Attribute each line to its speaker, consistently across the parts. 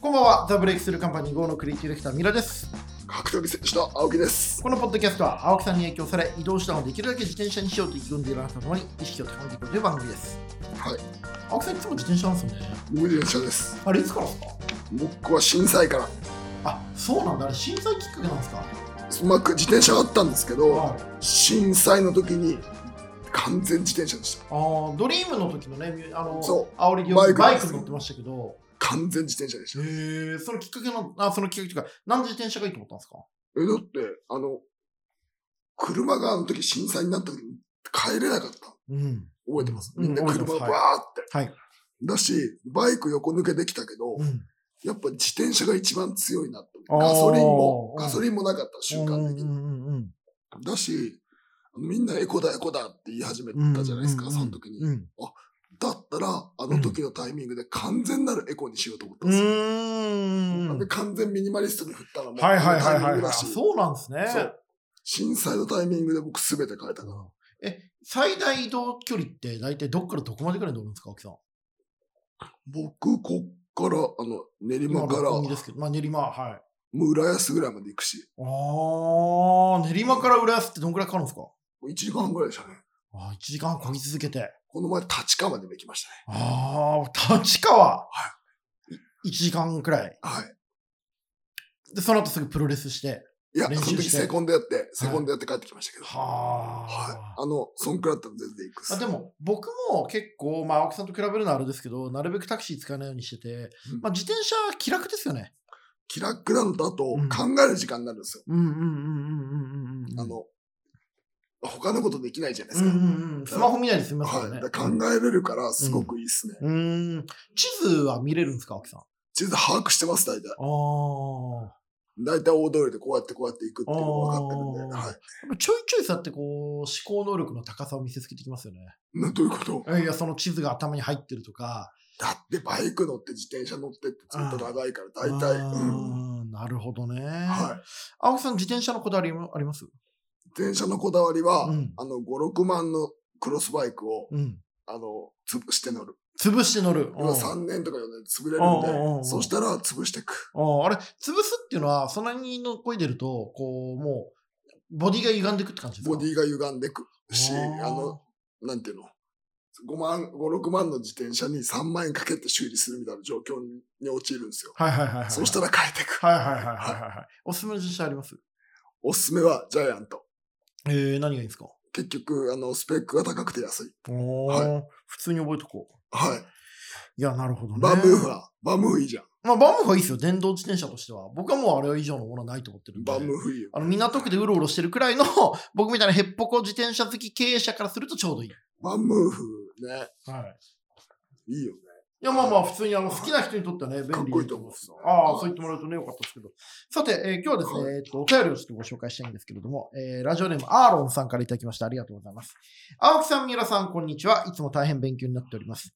Speaker 1: こんばんは、ザ・ブレイクスルーカンパニー GO のクリエイティブディレクター、ミラです。
Speaker 2: 格闘技選手の青木です。
Speaker 1: このポッドキャストは、青木さんに影響され、移動手段をできるだけ自転車にしようと意気込んでいるあなたと共に、意識を高めていこうという番組です。
Speaker 2: はい。
Speaker 1: 青木さん、いつも自転車なんですよね。
Speaker 2: 無理車です。
Speaker 1: あれ、いつからですか
Speaker 2: 僕は震災から、
Speaker 1: あ、そうなんだ。あれ、震災きっかけなんですか
Speaker 2: うまく自転車があったんですけど、
Speaker 1: はい。
Speaker 2: 震災の時に完全自転車でした。
Speaker 1: あードリームの時のね、ミュあの、。
Speaker 2: そう
Speaker 1: 煽りでバイク
Speaker 2: バイク
Speaker 1: 乗ってましたけど、
Speaker 2: 完全自転車でし
Speaker 1: へ
Speaker 2: た。
Speaker 1: ー、そのきっかけの、あ、そのきっかけというか、なんで自転車がいいと思ったんですか
Speaker 2: え、だって、あの、車があの時震災になった時に帰れなかった。
Speaker 1: うん。
Speaker 2: 覚えてます。
Speaker 1: うん
Speaker 2: みんな
Speaker 1: 覚えて
Speaker 2: 車
Speaker 1: ます
Speaker 2: をバーって。
Speaker 1: はい。
Speaker 2: だし、バイク横抜けできたけど、
Speaker 1: ん。
Speaker 2: やっぱ自転車が一番強いなと。
Speaker 1: あー
Speaker 2: ガソリンも、
Speaker 1: うん
Speaker 2: ガソリンもなかった、瞬間的に。
Speaker 1: うんうんうん
Speaker 2: だし、みんなエコだエコだって言い始め
Speaker 1: うん。
Speaker 2: たじゃないです
Speaker 1: う
Speaker 2: か、
Speaker 1: んうん
Speaker 2: そ
Speaker 1: うん
Speaker 2: の時に。
Speaker 1: うん。
Speaker 2: だったら、あの時のタイミングで完全なるエコにしようと思ったん
Speaker 1: う
Speaker 2: ですよ。
Speaker 1: ー
Speaker 2: なん
Speaker 1: ん
Speaker 2: で。完全ミニマリストに振ったのも、
Speaker 1: はいはいは
Speaker 2: あの
Speaker 1: い
Speaker 2: タイミ
Speaker 1: は
Speaker 2: ン
Speaker 1: い、
Speaker 2: グ
Speaker 1: はい。
Speaker 2: だし、
Speaker 1: そうなんですね。
Speaker 2: そう震災のタイミングで僕全て変えたから、
Speaker 1: え、最大移動距離って大体どっからどこまでくらいに乗るんですか、青木さん。
Speaker 2: 僕、こっから、あの、練馬から、
Speaker 1: 六本木ですけど、まあ練馬、はい。あ
Speaker 2: もう浦安ぐらいまで行くし、
Speaker 1: あ、練馬から浦安ってどんくらいかかるんですか
Speaker 2: もう1時間半ぐらいでしたね。
Speaker 1: ああ、1時間こぎ続けて。
Speaker 2: この前、立川までも行きましたね。
Speaker 1: ああ、立川。はい。1時間くらい。
Speaker 2: はい。
Speaker 1: で、その後すぐプロレスして。
Speaker 2: いや、
Speaker 1: 練習
Speaker 2: その時
Speaker 1: して
Speaker 2: セコンドやって、セコンドやって帰ってきましたけど、はい。
Speaker 1: はあ。
Speaker 2: あの、そんくらいだったら全然行くっす
Speaker 1: あでも僕も結構、まあ、青木さんと比べるのはあれですけどなるべくタクシー使わないようにしてて、
Speaker 2: うん
Speaker 1: まあ、自転車気楽ですよね。
Speaker 2: 気楽なのだと考
Speaker 1: うん
Speaker 2: える時間になるんですよ。
Speaker 1: うんうんうんうんうんうんうん
Speaker 2: あの、他のことできないじゃないで
Speaker 1: う
Speaker 2: す
Speaker 1: んう
Speaker 2: か。
Speaker 1: んうん、スマホ見ないで済みますから
Speaker 2: は
Speaker 1: ね。
Speaker 2: い、だから考えれるからすごくいいっすね。
Speaker 1: うん地図は見れるんですか、青木さん。あ
Speaker 2: 地図把握してます、大体。
Speaker 1: あ。
Speaker 2: 大体大通りでこうやってこうやって行くっていうのが分かってるんで。
Speaker 1: あー
Speaker 2: はい
Speaker 1: やっぱちょいちょいさってこう、思考能力の高さを見せつけてきますよね。
Speaker 2: な。どういうこと
Speaker 1: いや、その地図が頭に入ってるとか。
Speaker 2: だってバイク乗って自転車乗ってってずっと長いから、大
Speaker 1: あ
Speaker 2: 体。
Speaker 1: ー
Speaker 2: うん
Speaker 1: なるほどね。
Speaker 2: はい。
Speaker 1: 青木さん、自転車のこだわりもあります
Speaker 2: 自転車のこだわりは、
Speaker 1: うん
Speaker 2: あの、5、6万のクロスバイクを、
Speaker 1: うん。
Speaker 2: あの、潰して乗る。
Speaker 1: 潰して乗る。
Speaker 2: 要は
Speaker 1: うん
Speaker 2: 3年とか4年で
Speaker 1: うん
Speaker 2: 潰
Speaker 1: うんうん
Speaker 2: れる
Speaker 1: うん
Speaker 2: んで、そしたら潰していく。
Speaker 1: あああれ、潰すっていうのは、そんなにのこいでると、こう、もう、ボディが歪んでいくって感じですか
Speaker 2: ボディが歪んでくし、
Speaker 1: あー
Speaker 2: あの、なんていうの、5万、5、6万の自転車に3万円かけて修理するみたいな状況に陥るんですよ。
Speaker 1: はいはいはい、はい。
Speaker 2: そうしたら変えていく。
Speaker 1: はいはいはいはいはいはい。おすすめの自社あります
Speaker 2: おすすめはジャイアント。
Speaker 1: えー、何がいいんですか
Speaker 2: 結局、あの、スペックが高くて安い。
Speaker 1: おー、
Speaker 2: は
Speaker 1: 普通に覚えとこう。
Speaker 2: はい。
Speaker 1: いや、なるほどね。
Speaker 2: バンブーファー。バンブーフいいじゃん。
Speaker 1: まあ、バンブーフはいいですよ。電動自転車としては。僕はもうあれ以上のものはないと思ってるんで。
Speaker 2: バンブーフいいよ。
Speaker 1: あの、港区でうろうろしてるくらいの、 僕みたいなヘッポコ自転車好き経営者からするとちょうどいい。
Speaker 2: バンブーフね。
Speaker 1: はい。
Speaker 2: いいよね。
Speaker 1: いや、まあまあ、普通にあの、好きな人にとってはね、便利
Speaker 2: かっこいいと思うんですよ。
Speaker 1: ああ、
Speaker 2: は
Speaker 1: そ
Speaker 2: い
Speaker 1: う言ってもらうとね、よかったですけど。さて、えー今日はですね、えーっと、お便りをちょっとご紹介したいんですけれども、えーラジオネームアーロンさんからいただきました。ありがとうございます。青木さん、三浦さん、こんにちは。いつも大変勉強になっております。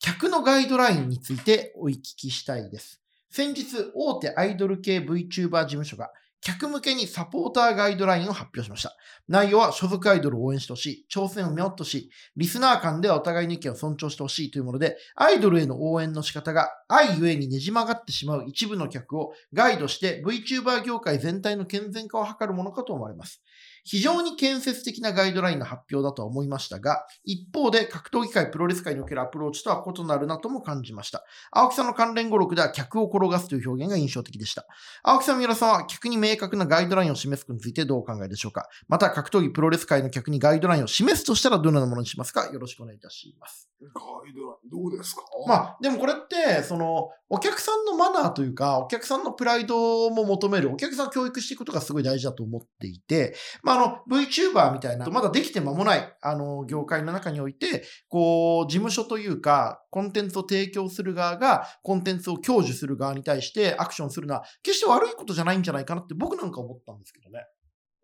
Speaker 1: 客のガイドラインについてお聞きしたいです。先日、大手アイドル系 VTuber 事務所が、客向けにサポーターガイドラインを発表しました。内容は所属アイドルを応援してほしい、挑戦を見守ってほしい、リスナー間ではお互いの意見を尊重してほしいというもので、アイドルへの応援の仕方が愛ゆえにねじ曲がってしまう一部の客をガイドして VTuber 業界全体の健全化を図るものかと思われます。非常に建設的なガイドラインの発表だとは思いましたが、一方で格闘技界、プロレス界におけるアプローチとは異なるなとも感じました。青木さんの関連語録では客を転がすという表現が印象的でした。青木さん、三浦さんは客に明確なガイドラインを示すことについてどうお考えでしょうかまた格闘技プロレス界の客にガイドラインを示すとしたらどのようなものにしますかよろしくお願いいたします。
Speaker 2: ガイドライン、どうですか
Speaker 1: まあでもこれってそのお客さんのマナーというかお客さんのプライドも求めるお客さんを教育していくことがすごい大事だと思っていて、まあ、あの VTuber みたいなまだできて間もないあの業界の中においてこう事務所というかコンテンツを提供する側がコンテンツを享受する側に対してアクションするのは決して悪いことじゃないんじゃないかなって僕なんか思ったんですけどね。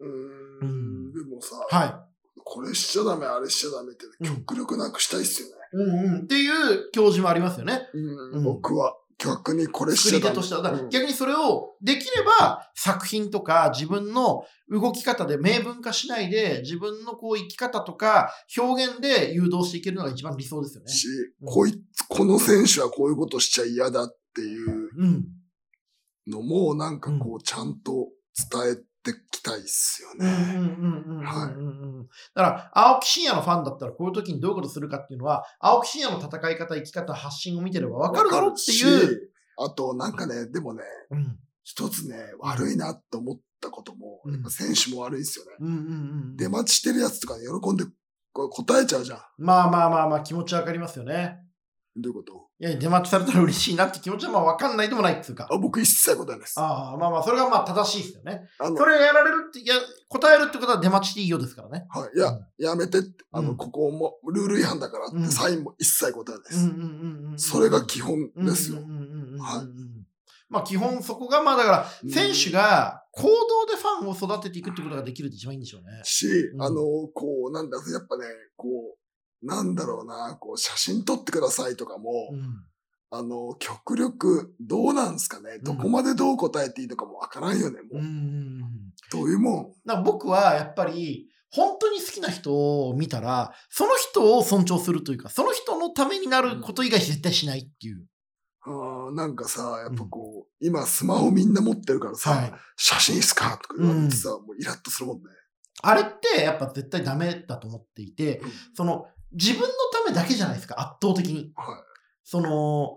Speaker 2: うー。
Speaker 1: うんん
Speaker 2: でもさ、
Speaker 1: はい
Speaker 2: これしちゃダメ、あれしちゃダメって、
Speaker 1: うん
Speaker 2: 極力なくしたいっすよね。
Speaker 1: うんうん、っていう教示もありますよね。
Speaker 2: うん
Speaker 1: うん
Speaker 2: 僕は、逆にこれしち
Speaker 1: 作
Speaker 2: ゃ
Speaker 1: り手
Speaker 2: ダメ。
Speaker 1: としては。だから
Speaker 2: うん
Speaker 1: 逆にそれをできれば作品とか自分の動き方で明文化しないで自分のこう生き方とか表現で誘導していけるのが一番理想ですよね。
Speaker 2: し、
Speaker 1: うん
Speaker 2: こいつ、この選手はこういうことしちゃ嫌だっていう
Speaker 1: うん。
Speaker 2: のもなんかこうちゃんと伝えてきたいっすよ
Speaker 1: うんうん
Speaker 2: ね。
Speaker 1: うんうんうんうんうん
Speaker 2: はい
Speaker 1: だから、青木真也のファンだったら、こういう時にどういうことするかっていうのは、青木真也の戦い方、生き方、発信を見てればわかるだろうっていう。
Speaker 2: う。あとなんかね、でもね、
Speaker 1: うん
Speaker 2: 一つね、悪いなって思ったことも、
Speaker 1: うん
Speaker 2: やっぱ選手も悪いっすよね。
Speaker 1: うんうんうん
Speaker 2: 出待ちしてるやつとかに喜んでこう答えちゃうじゃん。
Speaker 1: まあまあまあまあ、気持ちわかりますよね。
Speaker 2: どういうこと
Speaker 1: いや、出待ちされたら嬉しいなって気持ちはまあわかんないでもないっていうか。
Speaker 2: あ僕一切答えないです。あ
Speaker 1: ああ、まあまあ、それがまあ正しいですよね。
Speaker 2: の
Speaker 1: それやられるって、いや、答えるってことは出待ちでいいようですからね。
Speaker 2: はい、いや、
Speaker 1: うん
Speaker 2: やめてって、あの、
Speaker 1: うん
Speaker 2: ここもルール違反だからっ
Speaker 1: うん
Speaker 2: てサインも一切答えないで
Speaker 1: うん
Speaker 2: す。
Speaker 1: うんうんうん。
Speaker 2: それが基本ですよ。
Speaker 1: うんうんうんうんうんうん
Speaker 2: はい
Speaker 1: まあ基本そこが、まあだから、
Speaker 2: うん
Speaker 1: 選手が行動でファンを育てていくってことができるって一番いいんでしょうね。
Speaker 2: し、
Speaker 1: うん
Speaker 2: あの、こう、なんだ、やっぱね、こう、なんだろうな、こう、写真撮ってくださいとかも、
Speaker 1: うん
Speaker 2: あの、極力、どうなんすかね、どこまでどう答えていいのかもわからんよね、もう。
Speaker 1: うんうんうんうん。
Speaker 2: どういうもん。
Speaker 1: だから僕はやっぱり、本当に好きな人を見たら、その人を尊重するというか、その人のためになること以外絶対しないっていう。
Speaker 2: あーなんかさ、やっぱこう、今スマホみんな持ってるからさ、
Speaker 1: はい
Speaker 2: 写真っすかとか言われてさ、もうイラッとするもんね。
Speaker 1: あれってやっぱ絶対ダメだと思っていて
Speaker 2: うん、
Speaker 1: その自分のためだけじゃないですか、圧倒的に。
Speaker 2: はい。
Speaker 1: その、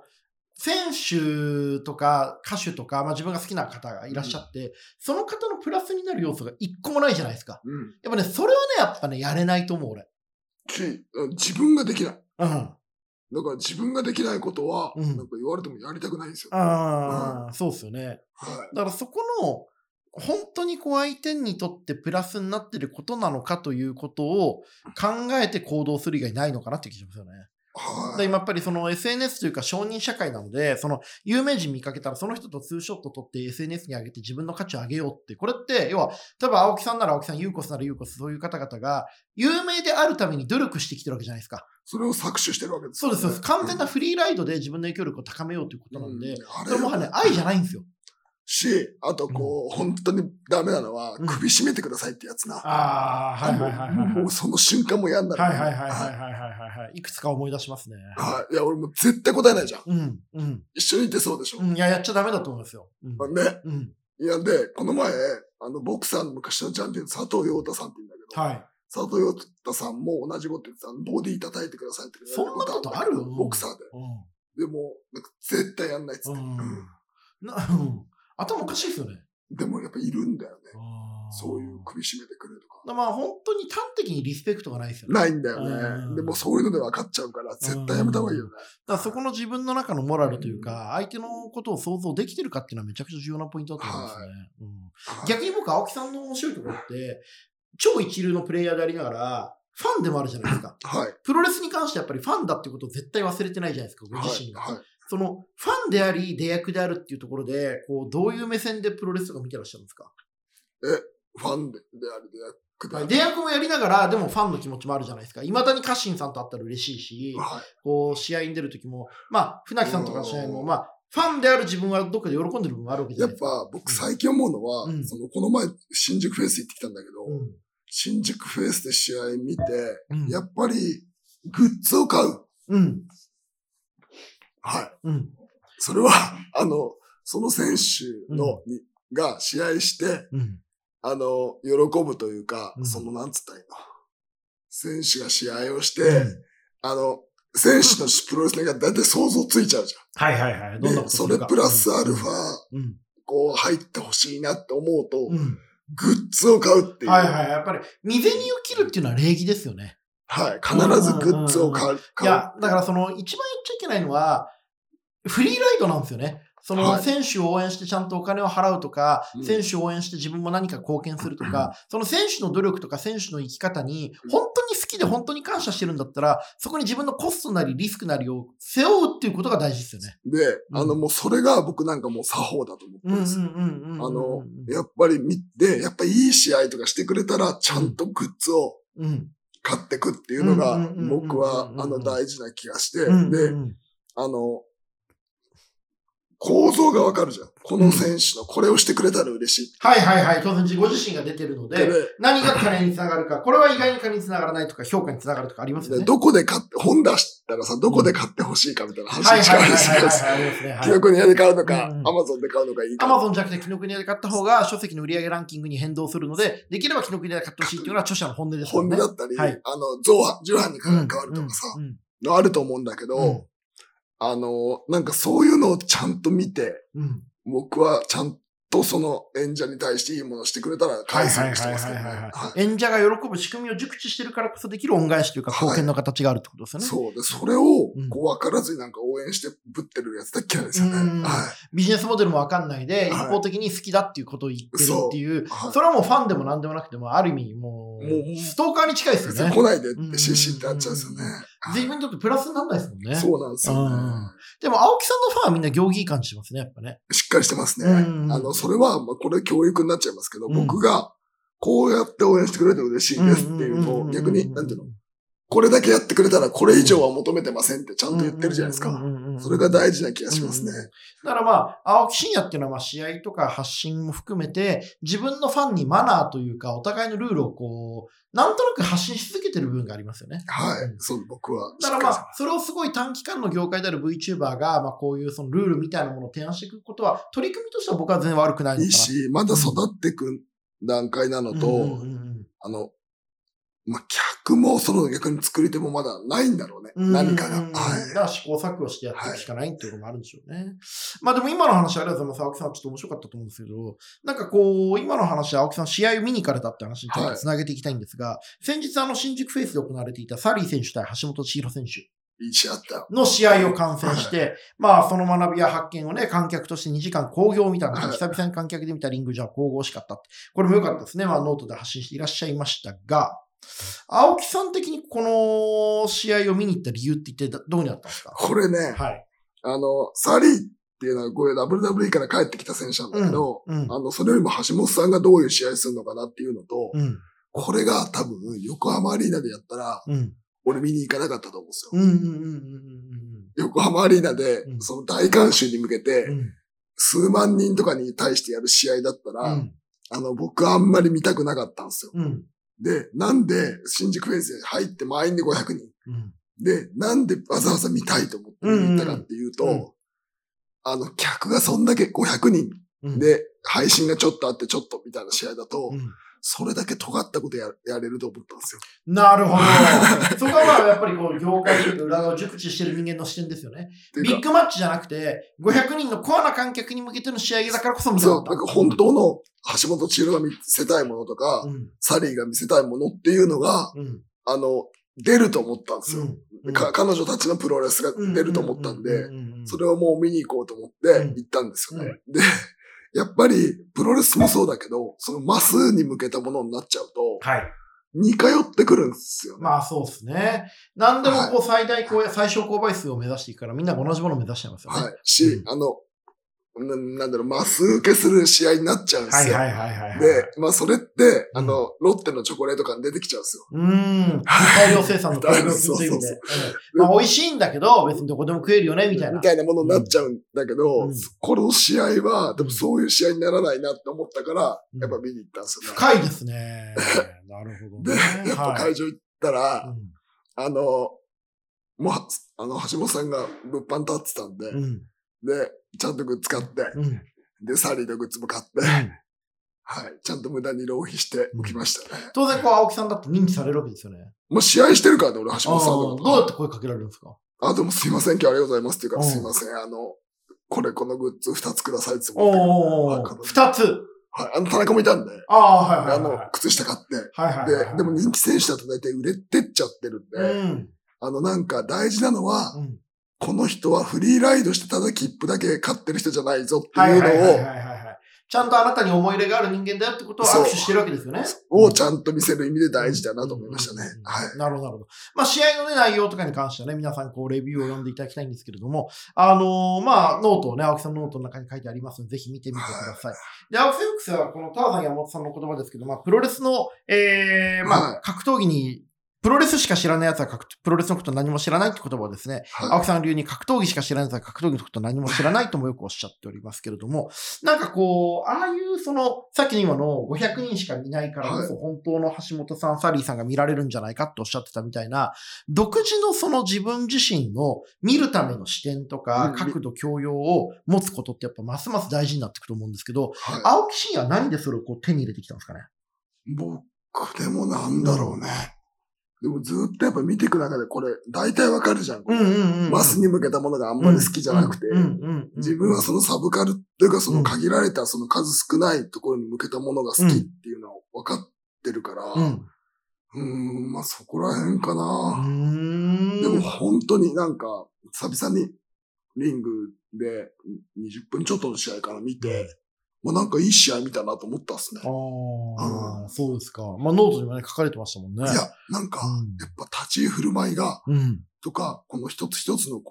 Speaker 1: 選手とか歌手とか、まあ、自分が好きな方がいらっしゃって、その方のプラスになる要素が一個もないじゃないですか。
Speaker 2: うん。
Speaker 1: やっぱね、それはね、やっぱね、やれないと思う、俺。
Speaker 2: き自分ができない。
Speaker 1: うん。
Speaker 2: だから自分ができないことは、
Speaker 1: うん
Speaker 2: なんか言われてもやりたくないんですよ。
Speaker 1: ああ、そうっすよね。
Speaker 2: はい。
Speaker 1: だからそこの、本当にこう相手にとってプラスになってることなのかということを考えて行動する以外ないのかなって気がしますよね。
Speaker 2: は
Speaker 1: で
Speaker 2: い。
Speaker 1: 今やっぱりその SNS というか承認社会なので、その有名人見かけたらその人とツーショット撮って SNS に上げて自分の価値を上げようって、これって、要は、例えば青木さんなら青木さん、ユーコスならユーコス、そういう方々が有名であるために努力してきてるわけじゃないですか。
Speaker 2: それを搾取してるわけです
Speaker 1: そう
Speaker 2: よ
Speaker 1: で
Speaker 2: ね、
Speaker 1: す、そうです。完全なフリーライドで自分の影響力を高めようということなんで、
Speaker 2: うんあ
Speaker 1: それもは
Speaker 2: れ
Speaker 1: ね、愛じゃないんですよ。
Speaker 2: し、あとこう、本当にダメなのは、
Speaker 1: うん
Speaker 2: 首絞めてくださいってやつな。
Speaker 1: ああ、
Speaker 2: もうその瞬間も嫌になる。
Speaker 1: いはいはい。いくつか思い出しますね。
Speaker 2: はい。はい。いや、俺もう絶対答えないじゃん。
Speaker 1: うん、うん。
Speaker 2: 一緒にいてそうでしょ。
Speaker 1: うん、いや、やっちゃダメだと思いますよ。うん
Speaker 2: まあね。
Speaker 1: うん。
Speaker 2: いや、で、この前、あの、ボクサーの昔のチャンピオン、佐藤陽太さんって言うんだけど、
Speaker 1: はい。
Speaker 2: 佐藤陽太さんも同じこと言ってたボディ叩いてくださいって言
Speaker 1: そんなことある
Speaker 2: ボクサーで。
Speaker 1: うん。
Speaker 2: でも、なんか絶対やんないっつって。
Speaker 1: うんな、うん。頭おかしいですよね。
Speaker 2: でもやっぱいるんだよね。そういう首絞めてくれとか。
Speaker 1: だまあ本当に端的にリスペクトがないですよね。だか
Speaker 2: ないんだよ
Speaker 1: うん
Speaker 2: ね。でもそういうので分かっちゃうから、絶対やめた方がいいよね。
Speaker 1: らそこの自分の中のモラルというか、相手のことを想像できてるかっていうのはめちゃくちゃ重要なポイントだと思いますね。うん
Speaker 2: はい
Speaker 1: 逆に僕、青木さんの面白いところって、超一流のプレイヤーでありながら、ファンでもあるじゃないです か。
Speaker 2: はい。
Speaker 1: プロレスに関してやっぱりファンだってことを絶対忘れてないじゃないですか、ご自身が。
Speaker 2: はい。はい
Speaker 1: その、ファンであり、出役であるっていうところで、こう、どういう目線でプロレスとか見てらっしゃるんですか
Speaker 2: ファンででありで役であ
Speaker 1: はい
Speaker 2: り。
Speaker 1: 出役もやりながら、でもファンの気持ちもあるじゃないですか。いまだに家臣さんと会ったら嬉しいし、
Speaker 2: はい。
Speaker 1: こう、試合に出る時も、まあ、船木さんとかの試合も、
Speaker 2: うん
Speaker 1: まあ、ファンである自分はどっかで喜んでる部分もあるわけじゃ
Speaker 2: や
Speaker 1: な
Speaker 2: っ
Speaker 1: いですか。
Speaker 2: ぱ僕最近思うのは、
Speaker 1: うん
Speaker 2: そのこの前新宿フェス行ってきたんだけど、
Speaker 1: うん
Speaker 2: 新宿フェスで試合見て、
Speaker 1: うん
Speaker 2: やっぱりグッズを買う。
Speaker 1: うん。
Speaker 2: はい。
Speaker 1: うん。
Speaker 2: それは、 あの、その選手の、にが試合して、
Speaker 1: うん。
Speaker 2: あの、喜ぶというか、
Speaker 1: うん
Speaker 2: そのなんつったらいいの。選手が試合をして、
Speaker 1: うん
Speaker 2: あの、選手のプロレスが大体想像ついちゃうじ
Speaker 1: はいはいはい。
Speaker 2: ゃん。
Speaker 1: どんなこ
Speaker 2: で
Speaker 1: とす
Speaker 2: そ
Speaker 1: る
Speaker 2: れ
Speaker 1: か
Speaker 2: プラスアルファ、
Speaker 1: うん。
Speaker 2: こう入ってほしいなって思うと、
Speaker 1: うん。
Speaker 2: グッズを買うっていう。
Speaker 1: はいはい。やっぱり、身銭を切るっていうのは礼儀ですよね。
Speaker 2: はい。必ずグッズを買う。
Speaker 1: い
Speaker 2: 買う
Speaker 1: や、だからその、一番やっちゃいけないのは、フリーライドなんですよね。その
Speaker 2: はい
Speaker 1: 選手を応援してちゃんとお金を払うとか、
Speaker 2: うん
Speaker 1: 選手を応援して自分も何か貢献するとか、その選手の努力とか選手の生き方に、本当に好きで本当に感謝してるんだったら、そこに自分のコストなりリスクなりを背負うっていうことが大事ですよね。
Speaker 2: で、
Speaker 1: うん
Speaker 2: あの、もうそれが僕なんかもう作法だと思ってるんですよ。
Speaker 1: ん
Speaker 2: あの、
Speaker 1: や
Speaker 2: やっぱり見て、やっぱいい試合とかしてくれたら、ちゃんとグッズを
Speaker 1: うん
Speaker 2: 買ってくっていうのが
Speaker 1: うんうんうんうんうん、
Speaker 2: 僕は、あの、大事な気がして、
Speaker 1: うん
Speaker 2: で
Speaker 1: う、ん
Speaker 2: あの、構造がわかるじゃん。この選手のこれをしてくれたら嬉しい。
Speaker 1: はいはいはい。当然、ご自身が出てるの
Speaker 2: で
Speaker 1: で、何が金につながるか、これは意外に金につながらないとか、評価につながるとかありますよ
Speaker 2: で
Speaker 1: ね。
Speaker 2: どこで買って、本出したらさ、どこで買ってほしいかみたいな
Speaker 1: はい
Speaker 2: 話し
Speaker 1: はいは
Speaker 2: か
Speaker 1: い
Speaker 2: ないです
Speaker 1: はいはい。あ
Speaker 2: よ。
Speaker 1: りますね。
Speaker 2: 記憶にで買うのか、
Speaker 1: うん
Speaker 2: Amazon で買うのかいい
Speaker 1: ア
Speaker 2: か。
Speaker 1: マゾンじゃなくて、紀ノ国屋で買った方が、書籍の売り上げランキングに変動するので、できれば紀ノ国屋で買ってほしいっていうのは著者の本音ですよ
Speaker 2: 本
Speaker 1: ね。
Speaker 2: だったり、
Speaker 1: はい
Speaker 2: あの、造反、重版に変わるとかさ、
Speaker 1: うんうん
Speaker 2: のあると思うんだけど、
Speaker 1: うん
Speaker 2: あの、なんかそういうのをちゃんと見て、
Speaker 1: うんうん
Speaker 2: 僕はちゃんとその演者に対していいものをしてくれたら
Speaker 1: はい
Speaker 2: 返す
Speaker 1: は
Speaker 2: よ
Speaker 1: い
Speaker 2: うにして
Speaker 1: はい
Speaker 2: ます
Speaker 1: は
Speaker 2: け
Speaker 1: い
Speaker 2: どね。
Speaker 1: はい
Speaker 2: は
Speaker 1: はい。演者が喜ぶ仕組みを熟知してるからこそできる恩返しというか、貢献の形があるってことですよ
Speaker 2: い
Speaker 1: ね。
Speaker 2: そうで、それを
Speaker 1: うん
Speaker 2: こう分からずになんか応援してぶってるやつだけなんですよね。
Speaker 1: うん
Speaker 2: は
Speaker 1: ビジネスモデルもわかんないで、
Speaker 2: い
Speaker 1: 一方的に好きだっていうことを言ってるっていう、
Speaker 2: い。はい
Speaker 1: それはもうファンでも何でもなくても、ある意味も
Speaker 2: も
Speaker 1: う、
Speaker 2: う
Speaker 1: ストーカーに近いです
Speaker 2: 別
Speaker 1: よ
Speaker 2: に
Speaker 1: ね。
Speaker 2: 来ないでっ
Speaker 1: うん
Speaker 2: て CC ってなっちゃうんですよね。はい
Speaker 1: 自分にとってプラスにならないですもんね。
Speaker 2: そうなんですよね。
Speaker 1: でも、青木さんのファンはみんな行儀いい感じしますね、やっぱね。
Speaker 2: しっかりしてますね。
Speaker 1: うん
Speaker 2: あの、それは、まあ、これ教育になっちゃいますけど、
Speaker 1: うん
Speaker 2: 僕が、こうやって応援してくれて嬉しいですっていうのを、逆に、なんていうの、これだけやってくれたらこれ以上は求めてませんってちゃんと言ってるじゃないですか。
Speaker 1: か
Speaker 2: それが大事な気がしますね。
Speaker 1: だからまあ、青木真也っていうのはまあ試合とか発信も含めて、自分のファンにマナーというか、お互いのルールをこう、なんとなく発信し続けてる部分がありますよね。
Speaker 2: は
Speaker 1: う
Speaker 2: い
Speaker 1: ん。
Speaker 2: そう、僕は。
Speaker 1: だからまあ、それをすごい短期間の業界である VTuber が、まあこういうそのルールみたいなものを提案していくことは、取り組みとしては僕は全然悪くないの
Speaker 2: い
Speaker 1: か
Speaker 2: いし、まだ育っていく段階なの
Speaker 1: な。
Speaker 2: と、
Speaker 1: うんうんうん
Speaker 2: あの、まあ、客もその逆に作り手もまだないんだろうね。
Speaker 1: うん
Speaker 2: 何かが。
Speaker 1: うんうんうん
Speaker 2: は
Speaker 1: だ
Speaker 2: い。
Speaker 1: から試行錯誤してやっていくしかないっていうのもあるんでしょうね。まあでも今の話ありがとうございます。青木さんはちょっと面白かったと思うんですけど、なんかこう、今の話、青木さん試合を見に行かれたって話にちょっとつなげていきたいんですが、先日あの新宿フェイスで行われていたサリー選手対橋本千尋選手
Speaker 2: いい試合あった。
Speaker 1: の試合を観戦して、まあその学びや発見をね、観客として2時間興行を見たんですけど、
Speaker 2: はい
Speaker 1: 久々に観客で見たリングじゃ神々しかったって。これも良かったですね。まあノートで発信していらっしゃいましたが、青木さん的にこの試合を見に行った理由って言ってどうにあったんですか
Speaker 2: これね、
Speaker 1: はい。
Speaker 2: あの、サリーっていうのはこういう WWE から帰ってきた選手なんだけど、
Speaker 1: うん。
Speaker 2: あの、それよりも橋本さんがどういう試合するのかなっていうのと、
Speaker 1: うん。
Speaker 2: これが多分横浜アリーナでやったら、
Speaker 1: うん。
Speaker 2: 俺見に行かなかったと思うんですよ。
Speaker 1: うん。うん。うん。うん
Speaker 2: 横浜アリーナで
Speaker 1: う、ん
Speaker 2: その大観衆に向け
Speaker 1: う
Speaker 2: て、
Speaker 1: ん。
Speaker 2: 数万人とかに対してやる試合だったら、
Speaker 1: うん。
Speaker 2: あの、僕はあんまり見たくなかったんですよ。
Speaker 1: うん。
Speaker 2: で、なんで、新宿フェイスに入って満員で500人。
Speaker 1: うん。
Speaker 2: で、なんでわざわざ見たいと思って見に行ったかっていうと、
Speaker 1: うんうん
Speaker 2: あの、客がそんだけ500人
Speaker 1: うん。
Speaker 2: で、配信がちょっとあってちょっとみたいな試合だと、
Speaker 1: うん、
Speaker 2: それだけ尖ったことややれると思ったんですよ。
Speaker 1: なる ほど。そこはまあやっぱりこう業界というか裏側を熟知してる人間の視点ですよね。
Speaker 2: って
Speaker 1: ビ
Speaker 2: い
Speaker 1: ッ
Speaker 2: う
Speaker 1: グマッチじゃなくて、500人のコアな観客に向けての試合だからこそ
Speaker 2: か、
Speaker 1: 見た
Speaker 2: そ
Speaker 1: か
Speaker 2: う、
Speaker 1: った。
Speaker 2: なんか本当の橋本千尋が見せたいものとか、
Speaker 1: うん。
Speaker 2: サリーが見せたいものっていうのが、
Speaker 1: うん。
Speaker 2: あの、出ると思ったんですよ。
Speaker 1: うん
Speaker 2: か彼女たちのプロレスが出ると思ったんで、、
Speaker 1: うう
Speaker 2: それをもう見に行こうと思って行ったんですよね。で、やっぱりプロレスもそうだけど、そのマスに向けたものになっちゃうと、
Speaker 1: はい。
Speaker 2: 似通ってくるんですよね。
Speaker 1: まあそうですね。何でもこう最大公、最小購買数を目指していくから、みんなが同じものを目指してますよね。
Speaker 2: はい。し、あの、ななんだろう、マス受けする試合になっちゃうんですよ。
Speaker 1: はいはいはいはい。
Speaker 2: で、、まあそれって、
Speaker 1: うん
Speaker 2: あの、ロッテのチョコレート感出てきちゃうんですよ。
Speaker 1: うーん。大量生産の
Speaker 2: 大量
Speaker 1: そういう意味で。
Speaker 2: そう
Speaker 1: うんまあ美味しいんだけど、別にどこでも食えるよね、みたいな。
Speaker 2: ものになっちゃうんだけ
Speaker 1: う
Speaker 2: ど、
Speaker 1: ん
Speaker 2: この試合は、でもそういう試合にならないなって思ったから、
Speaker 1: うん
Speaker 2: やっぱ見に行ったんですよね。
Speaker 1: 深いですね。なるほど
Speaker 2: で、
Speaker 1: ね。
Speaker 2: やっぱ
Speaker 1: はい
Speaker 2: 会場行ったら、
Speaker 1: うん
Speaker 2: あの、もう、あの、橋本さんが物販立ってたんで、
Speaker 1: うん。
Speaker 2: で、ちゃんとグッズ買って、
Speaker 1: うん。うん
Speaker 2: で、サリーのグッズも買って、はい、ちゃんと無駄に浪費しておきましたね。
Speaker 1: 当然、こう、青木さんだって認知されるわけですよね。
Speaker 2: もう試合してるからね、俺、橋
Speaker 1: あ
Speaker 2: 本さ
Speaker 1: ー
Speaker 2: んの
Speaker 1: ど
Speaker 2: こ
Speaker 1: うやっ
Speaker 2: と。
Speaker 1: て声かけられるんですか
Speaker 2: あ、でもすいません、今日ありがとうございますっていうから、
Speaker 1: うん
Speaker 2: すいません、あの、これこのグッズ2つくださいって思って、
Speaker 1: お
Speaker 2: はい
Speaker 1: お
Speaker 2: 買って
Speaker 1: 二つ。
Speaker 2: はい、あの、田中もいたんで、
Speaker 1: ああ、はいは
Speaker 2: あ
Speaker 1: いはい
Speaker 2: の
Speaker 1: は、
Speaker 2: 靴下買って、
Speaker 1: い。はいはいはいは
Speaker 2: で、
Speaker 1: い。
Speaker 2: でも人気選手だと大体売れてっちゃってるんで、
Speaker 1: うん。
Speaker 2: あの、なんか大事なのは、
Speaker 1: うん
Speaker 2: この人はフリーライドしてただ切符だけ買ってる人じゃないぞって
Speaker 1: はいいはいはいは
Speaker 2: う
Speaker 1: い
Speaker 2: のを、
Speaker 1: はいはい。ちゃんとあなたに思い入れがある人間だよってことを握手してるわけですよね。
Speaker 2: をちゃんと見せる意味で大事だなと思いました
Speaker 1: う
Speaker 2: ね
Speaker 1: んうんうん。
Speaker 2: はい。
Speaker 1: なるほど、なるほど。まあ、試合のね、内容とかに関してはね、皆さん、こう、レビューを読んでいただきたいんですけれども、あのーまあ、ノートをね、青木さんのノートの中に書いてありますので、ぜひ見てみてください。で、青木センクスは、このターザン山本さんの言葉ですけど、まあ、プロレスの、えーまあ、
Speaker 2: はい
Speaker 1: 格闘技に、プロレスしか知らない奴は格闘プロレスのこと何も知らないって言葉をですね、
Speaker 2: は
Speaker 1: 青木さん流に格闘技しか知らない奴は格闘技のこと何も知らないともよくおっしゃっておりますけれども、 なんかこう、ああいうその、さっきの今の500人しか見ないからこそ、本当の橋本さん、サリーさんが見られるんじゃないかっておっしゃってたみたいな、独自のその自分自身の見るための視点と
Speaker 2: う
Speaker 1: か
Speaker 2: ん
Speaker 1: 角度、教養を持つことってやっぱますます大事になってくると思うんですけど、
Speaker 2: はい
Speaker 1: 青木真也は何でそれをこう手に入れてきたんですかね
Speaker 2: い。僕でもなんだろうね。でもずっとやっぱ見ていく中でこれ、大体わかるじゃん。これ
Speaker 1: ん
Speaker 2: マスに向けたものがあんまり好きじゃなくて、
Speaker 1: うんうんうんうん
Speaker 2: 自分はそのサブカルというかその限られたその数少ないところに向けたものが好きっていうのは分かってるから、
Speaker 1: う。
Speaker 2: うんーん、まあそこら辺か
Speaker 1: う
Speaker 2: な。
Speaker 1: ん。
Speaker 2: でも本当になんか久々にリングで20分ちょっとの試合から見て、もうなんかいい試合見たなと思ったっすね。
Speaker 1: ああ、そうですか。まあ、ノートにもね、書かれてましたもんね。
Speaker 2: いや、なんかやっぱ立ち居振る舞いが
Speaker 1: うん。
Speaker 2: とか、この一つ一つの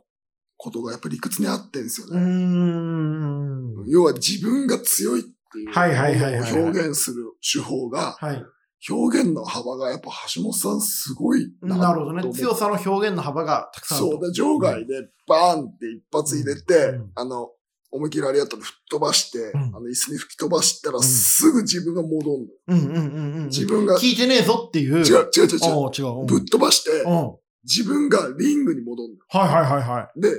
Speaker 2: ことがやっぱり理屈にあってんですよ
Speaker 1: う
Speaker 2: ね。
Speaker 1: ん。
Speaker 2: 要は自分が強いっていう
Speaker 1: はいはいはいはいはい
Speaker 2: ものを表現する手法が、
Speaker 1: はい。
Speaker 2: 表現の幅がやっぱ橋本さんすごい
Speaker 1: なるほど
Speaker 2: と思
Speaker 1: ね。
Speaker 2: う
Speaker 1: 強さの表現の幅がたくさんある
Speaker 2: そう
Speaker 1: と。
Speaker 2: だ、場外でバーンって一発入れて、
Speaker 1: うん
Speaker 2: あの、思いっきりありがとうに吹っ飛ばして、
Speaker 1: ん
Speaker 2: あの椅子に吹き飛ばしたら
Speaker 1: ん
Speaker 2: すぐ自分が戻るの。
Speaker 1: うんうんうんうん。
Speaker 2: 自分が、違
Speaker 1: 聞いてねえぞっていう。
Speaker 2: う違う違う違う。
Speaker 1: ああ、違う。うん
Speaker 2: ぶっ飛ばして、
Speaker 1: うん。は
Speaker 2: 自分がリングに戻る
Speaker 1: いはいはいはい。
Speaker 2: の。で、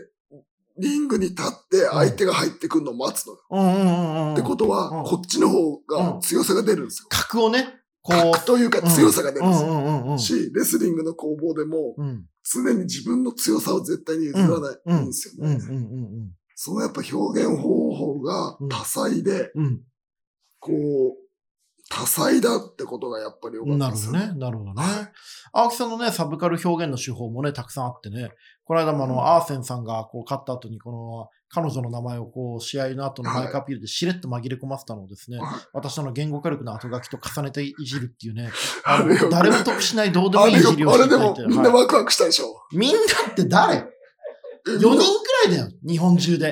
Speaker 2: リングに立って相手が入ってくるのを待つの。っ
Speaker 1: うんうんうんうん。
Speaker 2: てこと
Speaker 1: うん
Speaker 2: は、こっちの方が強さが出るんですよ。
Speaker 1: 格をね、こ
Speaker 2: 格
Speaker 1: う。
Speaker 2: というか強さが出る
Speaker 1: うんん
Speaker 2: です
Speaker 1: う
Speaker 2: よ。
Speaker 1: んうんうん。
Speaker 2: し、レスリングの攻防でも、
Speaker 1: うん。
Speaker 2: 常に自分の強さを絶対に譲らないんですよ
Speaker 1: うんう
Speaker 2: ね。
Speaker 1: んうん
Speaker 2: そのやっぱ表現方法が多彩で、
Speaker 1: うん。
Speaker 2: こう、多彩だってことがやっぱり良
Speaker 1: う
Speaker 2: か
Speaker 1: ん。
Speaker 2: っ
Speaker 1: な
Speaker 2: た
Speaker 1: る
Speaker 2: で
Speaker 1: ほ
Speaker 2: す
Speaker 1: ど
Speaker 2: よ。
Speaker 1: ね。なるほどね。
Speaker 2: はい。
Speaker 1: 青木さんのね、サブカル表現の手法もね、たくさんあってね、この間もあ
Speaker 2: うん
Speaker 1: の、アーセンさんがこう、勝った後に、この、彼女の名前をこう、試合の後のマイクアピールでしれっと紛れ込ませたのをですね、
Speaker 2: はい
Speaker 1: 私との言語火力の後書きと重ねていじるっていうね、
Speaker 2: あれよ、
Speaker 1: 誰も得しないどうでも
Speaker 2: あ
Speaker 1: いい
Speaker 2: れ
Speaker 1: い
Speaker 2: よ
Speaker 1: じりを
Speaker 2: あ
Speaker 1: し
Speaker 2: れ
Speaker 1: て
Speaker 2: で
Speaker 1: いた
Speaker 2: も
Speaker 1: って、
Speaker 2: みんな
Speaker 1: はい
Speaker 2: ワクワクしたでしょ。
Speaker 1: みんなって誰 ?4
Speaker 2: え
Speaker 1: 人
Speaker 2: みん
Speaker 1: く
Speaker 2: な
Speaker 1: らいだよ、日本中で。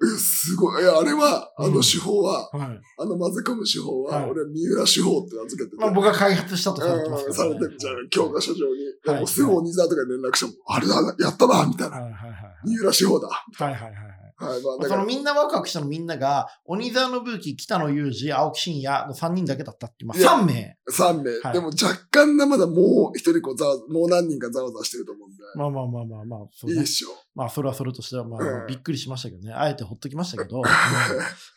Speaker 2: えすごい。いやあれは、あ
Speaker 1: う
Speaker 2: の
Speaker 1: ん
Speaker 2: 手法は、
Speaker 1: はい。
Speaker 2: あの混ぜ込む手法は、
Speaker 1: はい
Speaker 2: 俺は三浦手法って名付けてて。
Speaker 1: まあ僕が開発したとされてます
Speaker 2: うん
Speaker 1: け
Speaker 2: さ
Speaker 1: ど、
Speaker 2: れ
Speaker 1: ね。
Speaker 2: てるじゃん。教科書上に。
Speaker 1: はい
Speaker 2: もうすぐ鬼沢とかに連絡しても、あれだな、やったな、みたいな。
Speaker 1: はいはいはいはい。
Speaker 2: 三浦手法だ。
Speaker 1: はいはいはいはい。
Speaker 2: はい、まあ、だか
Speaker 1: そ
Speaker 2: ら
Speaker 1: の、みんなワクワクしたのみんなが、鬼沢の武器、北野裕二、青木真也の3人だけだったっていう、ま
Speaker 2: いや
Speaker 1: あ3名。
Speaker 2: 3名、
Speaker 1: はい
Speaker 2: でも若干なまだもう一人こうざわ、もう何人かざわざわしてると思うんで、
Speaker 1: まあまあまあまあまあ、そう
Speaker 2: い
Speaker 1: ね
Speaker 2: いっ。しょ。
Speaker 1: まあそれはそれとしては、まあ
Speaker 2: うん
Speaker 1: びっくりしましたけどね。あえてほっときましたけど、うん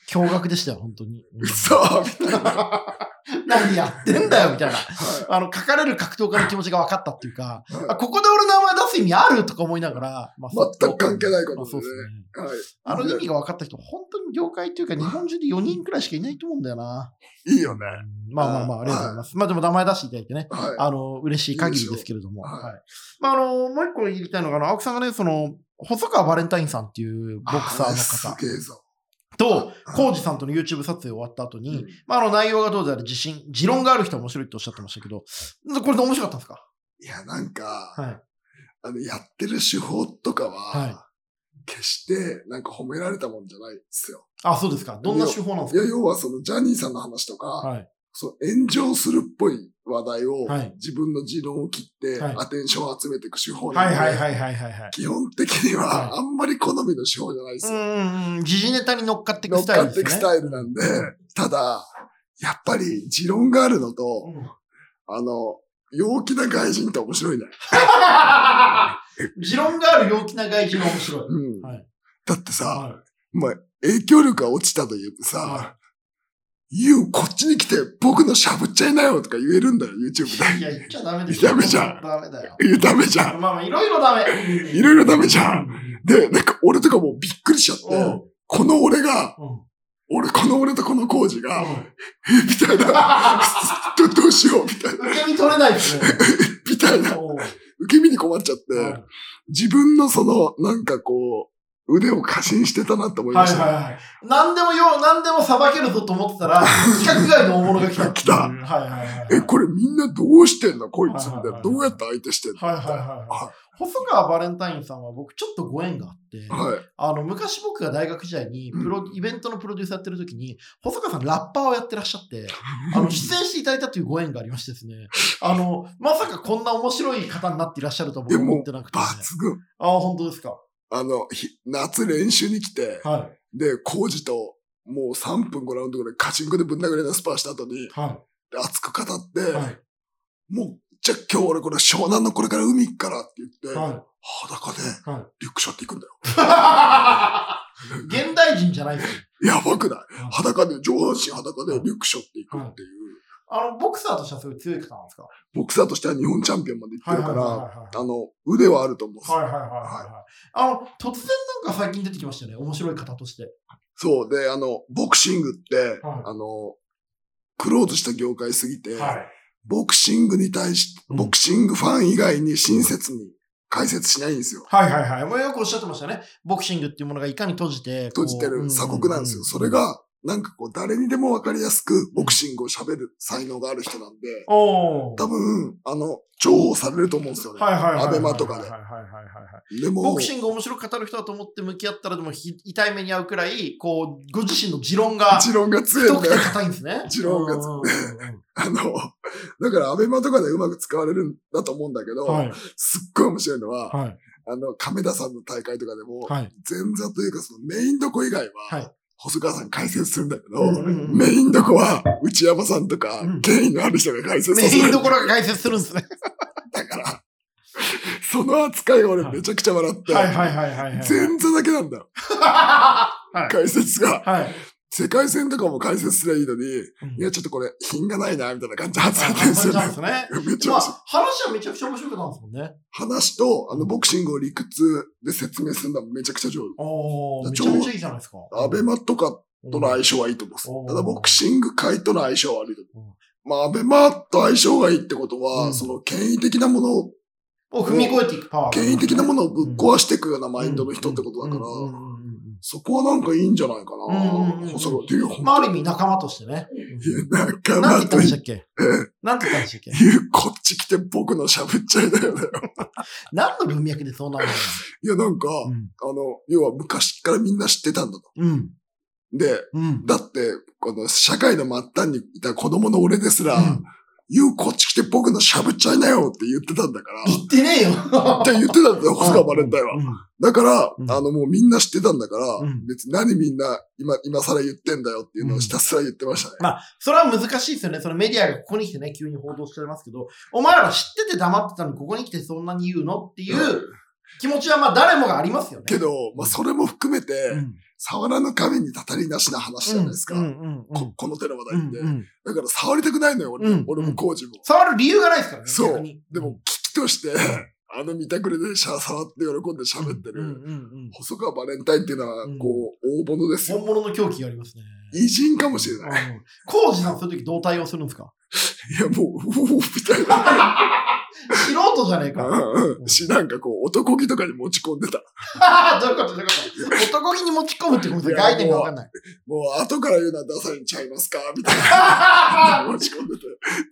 Speaker 1: 驚愕でしたよ、本当に。うん
Speaker 2: 嘘みたいな。は
Speaker 1: 何やってんだよ、みたいな。
Speaker 2: い
Speaker 1: あの、書かれる格闘家の気持ちが分かったっていうか、
Speaker 2: はい
Speaker 1: あここで俺の名前出す意味あるとか思いながら、まあ
Speaker 2: 全く関係ないこと
Speaker 1: まあそうですね。
Speaker 2: はい。
Speaker 1: あの意味が分かった人、本当に業界というか、日本中で4人くらいしかいないと思うんだよな。
Speaker 2: いいよね。
Speaker 1: うんまあまあまあ、ありがとうございます。まあでも名前出していただいてね。
Speaker 2: は
Speaker 1: あの、嬉しい限りですけれども。
Speaker 2: いいでしょう
Speaker 1: はい。まあ、あの、もう一個言いたいのが、あの、青木さんがね、その、細川バレンタインさんっていうボ
Speaker 2: い。
Speaker 1: クサー
Speaker 2: あ
Speaker 1: の方
Speaker 2: れすげえぞ。
Speaker 1: と、コウジさんとの YouTube 撮影終わった後に、まあ、あの、内容がどうであれ自信、持論がある人は面白いっておっしゃってましたけど、これで面白かったんですか
Speaker 2: いや、なんか、
Speaker 1: はい。
Speaker 2: あの、やってる手法とかは、
Speaker 1: はい
Speaker 2: 決して、なんか褒められたもんじゃないですよ。
Speaker 1: あ、そうですか。どんな手法なんで
Speaker 2: い
Speaker 1: す
Speaker 2: や、要はその、ジャニーさんの話とか、
Speaker 1: かはい。
Speaker 2: そう、炎上するっぽい話題を、
Speaker 1: はい
Speaker 2: 自分の持論を切って、
Speaker 1: はい
Speaker 2: アテンションを集めていく手法な
Speaker 1: は
Speaker 2: の
Speaker 1: い
Speaker 2: で、
Speaker 1: はいはいはいはいはい。
Speaker 2: 基本的に
Speaker 1: は
Speaker 2: は、
Speaker 1: い
Speaker 2: あんまり好みの手法じゃないです
Speaker 1: う
Speaker 2: よ。
Speaker 1: んうん、時事ネタに乗っかっていく
Speaker 2: 乗っ
Speaker 1: スタイル
Speaker 2: か
Speaker 1: で
Speaker 2: っ
Speaker 1: す
Speaker 2: て
Speaker 1: よね。
Speaker 2: いくスタイルなんで、ただ、やっぱり持論があるのと、
Speaker 1: うん
Speaker 2: あの、陽気な外人って面白いね。
Speaker 1: 持論がある陽気な外人が面白い。
Speaker 2: うん。
Speaker 1: はい
Speaker 2: だってさ、
Speaker 1: はい
Speaker 2: まあ、影響力が落ちたと言ってさ、
Speaker 1: は
Speaker 2: You こっちに来て僕のしゃぶっちゃいなよとか言えるんだよ、YouTube
Speaker 1: い
Speaker 2: で。
Speaker 1: や、言っちゃダメです
Speaker 2: ダメじゃん
Speaker 1: ダメだよ。
Speaker 2: いや、ダメじゃ ん。
Speaker 1: まあまあ、いろいろダメ。
Speaker 2: いろいろダメじゃん。で、なんか俺とかもうびっくりしちゃって、
Speaker 1: うん
Speaker 2: この俺が、
Speaker 1: うん
Speaker 2: 俺、この俺とこのコージが、
Speaker 1: う
Speaker 2: みたいな、 どどうしよう、みたいな、
Speaker 1: ん受け身取れない ですね。
Speaker 2: みたいな、
Speaker 1: おう
Speaker 2: 受け身に困っちゃって、
Speaker 1: はい
Speaker 2: 自分のその、なんかこ腕を過信してたなって思いま
Speaker 1: はい
Speaker 2: した。
Speaker 1: はいはい。何でもよ、何でもさばけるぞと思ってた ら、規格外の大物が来た。
Speaker 2: 来た
Speaker 1: うんはいはいはい。
Speaker 2: え、これみんなどうしてんだこいつみたい
Speaker 1: はい
Speaker 2: な。
Speaker 1: はいはい
Speaker 2: どうやって相手してんだ
Speaker 1: はいはいはい。細川バレンタインさんは僕ちょっとご縁があって、
Speaker 2: はい。
Speaker 1: あの昔僕が大学時代にプロ、イベントのプロデュースやってる時に、細川さんラッパーをやってらっしゃって、あの出演していただいたというご縁がありましてですね、あの、まさかこんな面白い方になっていらっしゃるとは僕は思ってなくて、ね。
Speaker 2: 抜群。
Speaker 1: ああ、本当ですか。
Speaker 2: あの、ひ夏練習に来て、
Speaker 1: は
Speaker 2: で、コージと、もう3分5ラウンドぐらいカチンコでぶん殴り合いのスパーした後に
Speaker 1: い。、は
Speaker 2: で熱く語って、
Speaker 1: い。はい。
Speaker 2: もう、じゃあ今日俺これ湘南のこれから海行くからって言って、
Speaker 1: は
Speaker 2: 裸で
Speaker 1: い。はい
Speaker 2: リュックショって行くんだよ。
Speaker 1: 現代人じゃないですよ。
Speaker 2: やばくない裸で、上半身裸でリュックショって行くっていう。
Speaker 1: あの、ボクサーとしてはそういう強い方なんですか
Speaker 2: ボクサーとしては日本チャンピオンまで行ってるから、
Speaker 1: はい
Speaker 2: あの、腕はあると思うんですよ
Speaker 1: はいはいはいはい。あの、突然なんか最近出てきましたよね。面白い方として。
Speaker 2: そう。で、あの、ボクシングって、
Speaker 1: はい
Speaker 2: あの、クローズした業界すぎて、
Speaker 1: はい。
Speaker 2: ボクシングに対し、
Speaker 1: うん
Speaker 2: ボクシングファン以外に親切に解説しないんですよ。
Speaker 1: はいはいはい。もうよくおっしゃってましたね。ボクシングっていうものがいかに閉じて。こう
Speaker 2: 閉じてる鎖国なんですよ。そ
Speaker 1: う
Speaker 2: れ。
Speaker 1: うう
Speaker 2: が、なんかこう、誰にでもわかりやすくボクシングを喋る才能がある人なんで、
Speaker 1: おー
Speaker 2: 多分、あの、重宝されると思うんですよね。
Speaker 1: はいはいはいはい。
Speaker 2: アベマとかで
Speaker 1: はいはいはいはいはい。
Speaker 2: でも、
Speaker 1: ボクシング面白く語る人だと思って向き合ったらでもひ痛い目に遭うくらい、こう、ご自身の持論が
Speaker 2: 持論が強い
Speaker 1: 太
Speaker 2: ん
Speaker 1: く
Speaker 2: で
Speaker 1: て、硬いんですね。
Speaker 2: 持論が
Speaker 1: うんうん
Speaker 2: あの、だからアベマとかでうまく使われるんだと思うんだけど、
Speaker 1: うんうんはい。
Speaker 2: すっごい面白いのは、
Speaker 1: はい。
Speaker 2: あの、亀田さんの大会とかでも、
Speaker 1: はい。
Speaker 2: 前座というかそのメインどこ以外は、
Speaker 1: はい
Speaker 2: 細川さん解説するんだけど、
Speaker 1: うんうんうん
Speaker 2: メインどこは内山さんとか、
Speaker 1: うん
Speaker 2: 権威のある人が解説
Speaker 1: メ
Speaker 2: す
Speaker 1: イン
Speaker 2: る
Speaker 1: ど
Speaker 2: ん
Speaker 1: ころが解説するんですね。
Speaker 2: だから、 その扱いが俺めちゃくちゃ笑って、
Speaker 1: いはいはいは
Speaker 2: 前座だけなんだよ、
Speaker 1: はい。
Speaker 2: 解説が。
Speaker 1: はい。
Speaker 2: 世界戦とかも解説すりゃいいのに、いや、ちょっとこれ品がないな、みたいな感じで発されてるんですよ
Speaker 1: あそうなん
Speaker 2: ね
Speaker 1: で。すね。
Speaker 2: めっちゃ
Speaker 1: ま
Speaker 2: 面
Speaker 1: あ
Speaker 2: 白い、
Speaker 1: 話はめちゃくちゃ面白くなったんですもんね。
Speaker 2: 話と、あの、ボクシングを理屈で説明するのはめちゃくちゃ上手。
Speaker 1: おー、め
Speaker 2: ち
Speaker 1: ち
Speaker 2: ょ
Speaker 1: ゃめちゃいいじゃないですか。
Speaker 2: アベマとかとの相性はいいと思
Speaker 1: う
Speaker 2: うんんです。ただ、ボクシング界との相性は悪いと
Speaker 1: う
Speaker 2: 思
Speaker 1: ん
Speaker 2: う。まあ、アベマと相性がいいってことは、
Speaker 1: うん
Speaker 2: その、権威的なものを、
Speaker 1: を踏み越えていくパワー。
Speaker 2: 権威的なものをぶっ壊していくようなマインドの人ってことだから、
Speaker 1: うんうんうんうんうん
Speaker 2: そこはなんかいいんじゃないか
Speaker 1: うんうんうん
Speaker 2: な。細川っていう、ほん
Speaker 1: まあ、あ
Speaker 2: と
Speaker 1: る意味仲間としてね。
Speaker 2: いや、仲
Speaker 1: なんて
Speaker 2: 間
Speaker 1: 言った
Speaker 2: と
Speaker 1: んで
Speaker 2: い
Speaker 1: した
Speaker 2: う、
Speaker 1: っけなんて言ったんでしたっけ
Speaker 2: こっち来て僕の喋っちゃいだよね。
Speaker 1: 何の文脈でそうなるの
Speaker 2: いや、なんか、あの、要は昔からみんな知ってたんだと。
Speaker 1: うん。
Speaker 2: で、
Speaker 1: うん。
Speaker 2: だって、この社会の末端にいた子供の俺ですら、
Speaker 1: うん
Speaker 2: 言うこっち来て僕のしゃぶっちゃいなよって言ってたんだから、
Speaker 1: 言ってねえよ。
Speaker 2: って言ってたんだよ、細川バレンタインは。だから、
Speaker 1: うん
Speaker 2: あのもうみんな知ってたんだから、
Speaker 1: うん
Speaker 2: 別に何みんな今、今更言ってんだよっていうのをひたすら言ってましたね。
Speaker 1: まあ、それは難しいですよね。そのメディアがここに来てね、急に報道してますけど、お前ら知ってて黙ってたのに、ここに来てそんなに言うのっていう気持ちは、まあ、誰もがありますよね。
Speaker 2: けど、まあそれも含めて、
Speaker 1: うん、
Speaker 2: 触らぬ神にたたりなしな話じゃないですか。
Speaker 1: うんうんうん
Speaker 2: ここの手の話
Speaker 1: う
Speaker 2: 題っ
Speaker 1: ん
Speaker 2: て、
Speaker 1: うん
Speaker 2: だから触りたくないのよ、俺,、
Speaker 1: うん
Speaker 2: 俺もコージも。
Speaker 1: 触る理由がないですからね。
Speaker 2: そう
Speaker 1: 逆に
Speaker 2: でも、、危機として、あの見たくれでシャー触って喜んで喋ってる、
Speaker 1: うんうんうん
Speaker 2: 細川バレンタインっていうのは
Speaker 1: うん、
Speaker 2: こう、大物ですよ。
Speaker 1: 本物の狂気がありますね。
Speaker 2: 偉人かもしれない。
Speaker 1: うん浩二さん、そういう時どう対応するんですか
Speaker 2: いや、もう、うおみたいな。
Speaker 1: 素人じゃねえか。
Speaker 2: うんうんし、なんかこう、男気とかに持ち込んでた。
Speaker 1: どういうことどういうこと男気に持ち込むってこと
Speaker 2: い
Speaker 1: で
Speaker 2: や
Speaker 1: 概念がわかんない。
Speaker 2: もう、後から言うのはダサいんちゃいますかみたいな。
Speaker 1: あ
Speaker 2: 持ち込んでて。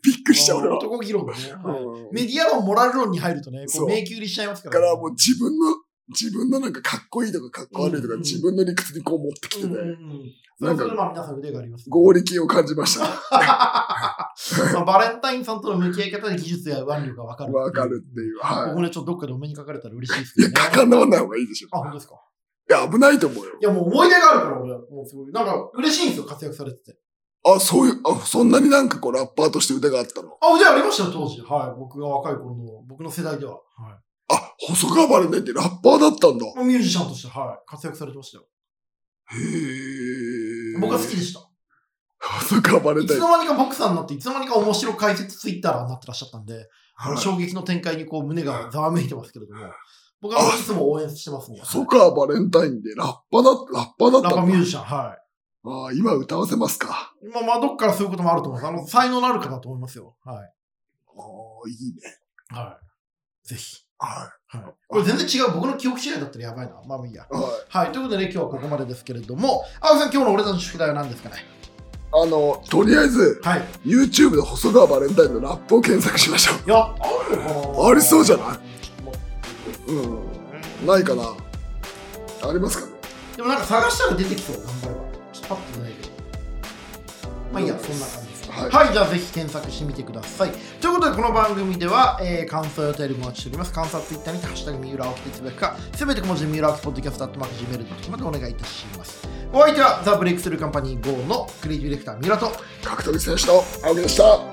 Speaker 2: びっくりした、俺
Speaker 1: ー
Speaker 2: は。
Speaker 1: 男気論ね。はい
Speaker 2: うん
Speaker 1: メディア論、モラル論に入るとね、こ
Speaker 2: そうう
Speaker 1: 迷宮入りしちゃいますか
Speaker 2: だ
Speaker 1: ら、ね。
Speaker 2: からもう自分の、自分のなんかかっこいいとかかっこ悪
Speaker 1: う
Speaker 2: いと
Speaker 1: んう
Speaker 2: か、
Speaker 1: ん
Speaker 2: 自分の理屈にこう持ってきて
Speaker 1: うんうん
Speaker 2: ね、
Speaker 1: うんそ
Speaker 2: な
Speaker 1: れ
Speaker 2: んか
Speaker 1: ぞれまあ皆さん腕があります、ね。
Speaker 2: 合力を感じましたね。
Speaker 1: まあ、バレンタインさんとの向き合い方で技術や腕力がわかる。
Speaker 2: わかるっていう。は
Speaker 1: 僕ね、ちょっとどっかでお目にかかれたら嬉しいです
Speaker 2: い。い
Speaker 1: けど
Speaker 2: や、
Speaker 1: ね。
Speaker 2: かかんなわない方がいいでしょ。
Speaker 1: あ、本当ですか。
Speaker 2: いや、危ないと思うよ。
Speaker 1: いや、もう思い出があるから、俺は。もうすごい。なんか、嬉しいんですよ、活躍されてて。
Speaker 2: あ、そういう、あ、そんなになんかこう、ラッパーとして腕があったの
Speaker 1: あ、腕ありましたよ、当時。はい。僕が若い頃の、僕の世代では。は
Speaker 2: あ、細川バレンタインってラッパーだったんだ。
Speaker 1: い。ミュージシャンとして、はい。活躍されてましたよ。
Speaker 2: へえ。
Speaker 1: 僕は好きでした。
Speaker 2: 細川バレン
Speaker 1: い
Speaker 2: タイ
Speaker 1: つ
Speaker 2: ン。
Speaker 1: の間にかボクサーになって、いつの間にか面白解説ツイッターになってらっしゃったんで、あの
Speaker 2: はい
Speaker 1: 衝撃の展開にこう胸がざわめいてますけれども、僕はもういつも応援してますね。
Speaker 2: 細川バレンタインでラッパだ、ラッパだっ
Speaker 1: ラッ
Speaker 2: た
Speaker 1: パ
Speaker 2: ん
Speaker 1: ミ
Speaker 2: だ
Speaker 1: ュージシャン、は
Speaker 2: ああ、今歌わせますか。
Speaker 1: い。まあまあ、どっからそういうこともあると思います。あの、才能のある方だと思いますよ。は
Speaker 2: ああ、いいね。
Speaker 1: い。はい。ぜひ。
Speaker 2: は
Speaker 1: はい、これ全然違う。僕の記憶違いだったらやばいな。まあまあいいや。
Speaker 2: い。はい。
Speaker 1: はい。ということでね、今日はここまでですけれども、青木さん、今日の俺たちの宿題は何ですかね
Speaker 2: あの、とりあえず、
Speaker 1: はい。
Speaker 2: YouTube で細川バレンタインのラップを検索しましょ
Speaker 1: いや、あるのかな
Speaker 2: ありそうじゃない
Speaker 1: も
Speaker 2: う。うん。ないかなありますかね
Speaker 1: うでもなんか探したら出てきそう、頑張れば。ちょっとパッとないけど。まあいいや、そんな感じです。
Speaker 2: は
Speaker 1: はいい、じゃあぜひ検索してみてください。ということで、この番組では、えー感想やお便りもお待ちしております。感想は Twitter にて、ハッシュタグ三浦青木でつぶやくか、すべて小文字で三浦青木ポッドキャストアットマーク Gmail.com までお願いいたします。お相手は、ザ・ブレイクスルーカンパニー GO のクリエイティブディレクター三浦と、
Speaker 2: 格闘技選手の青木でした。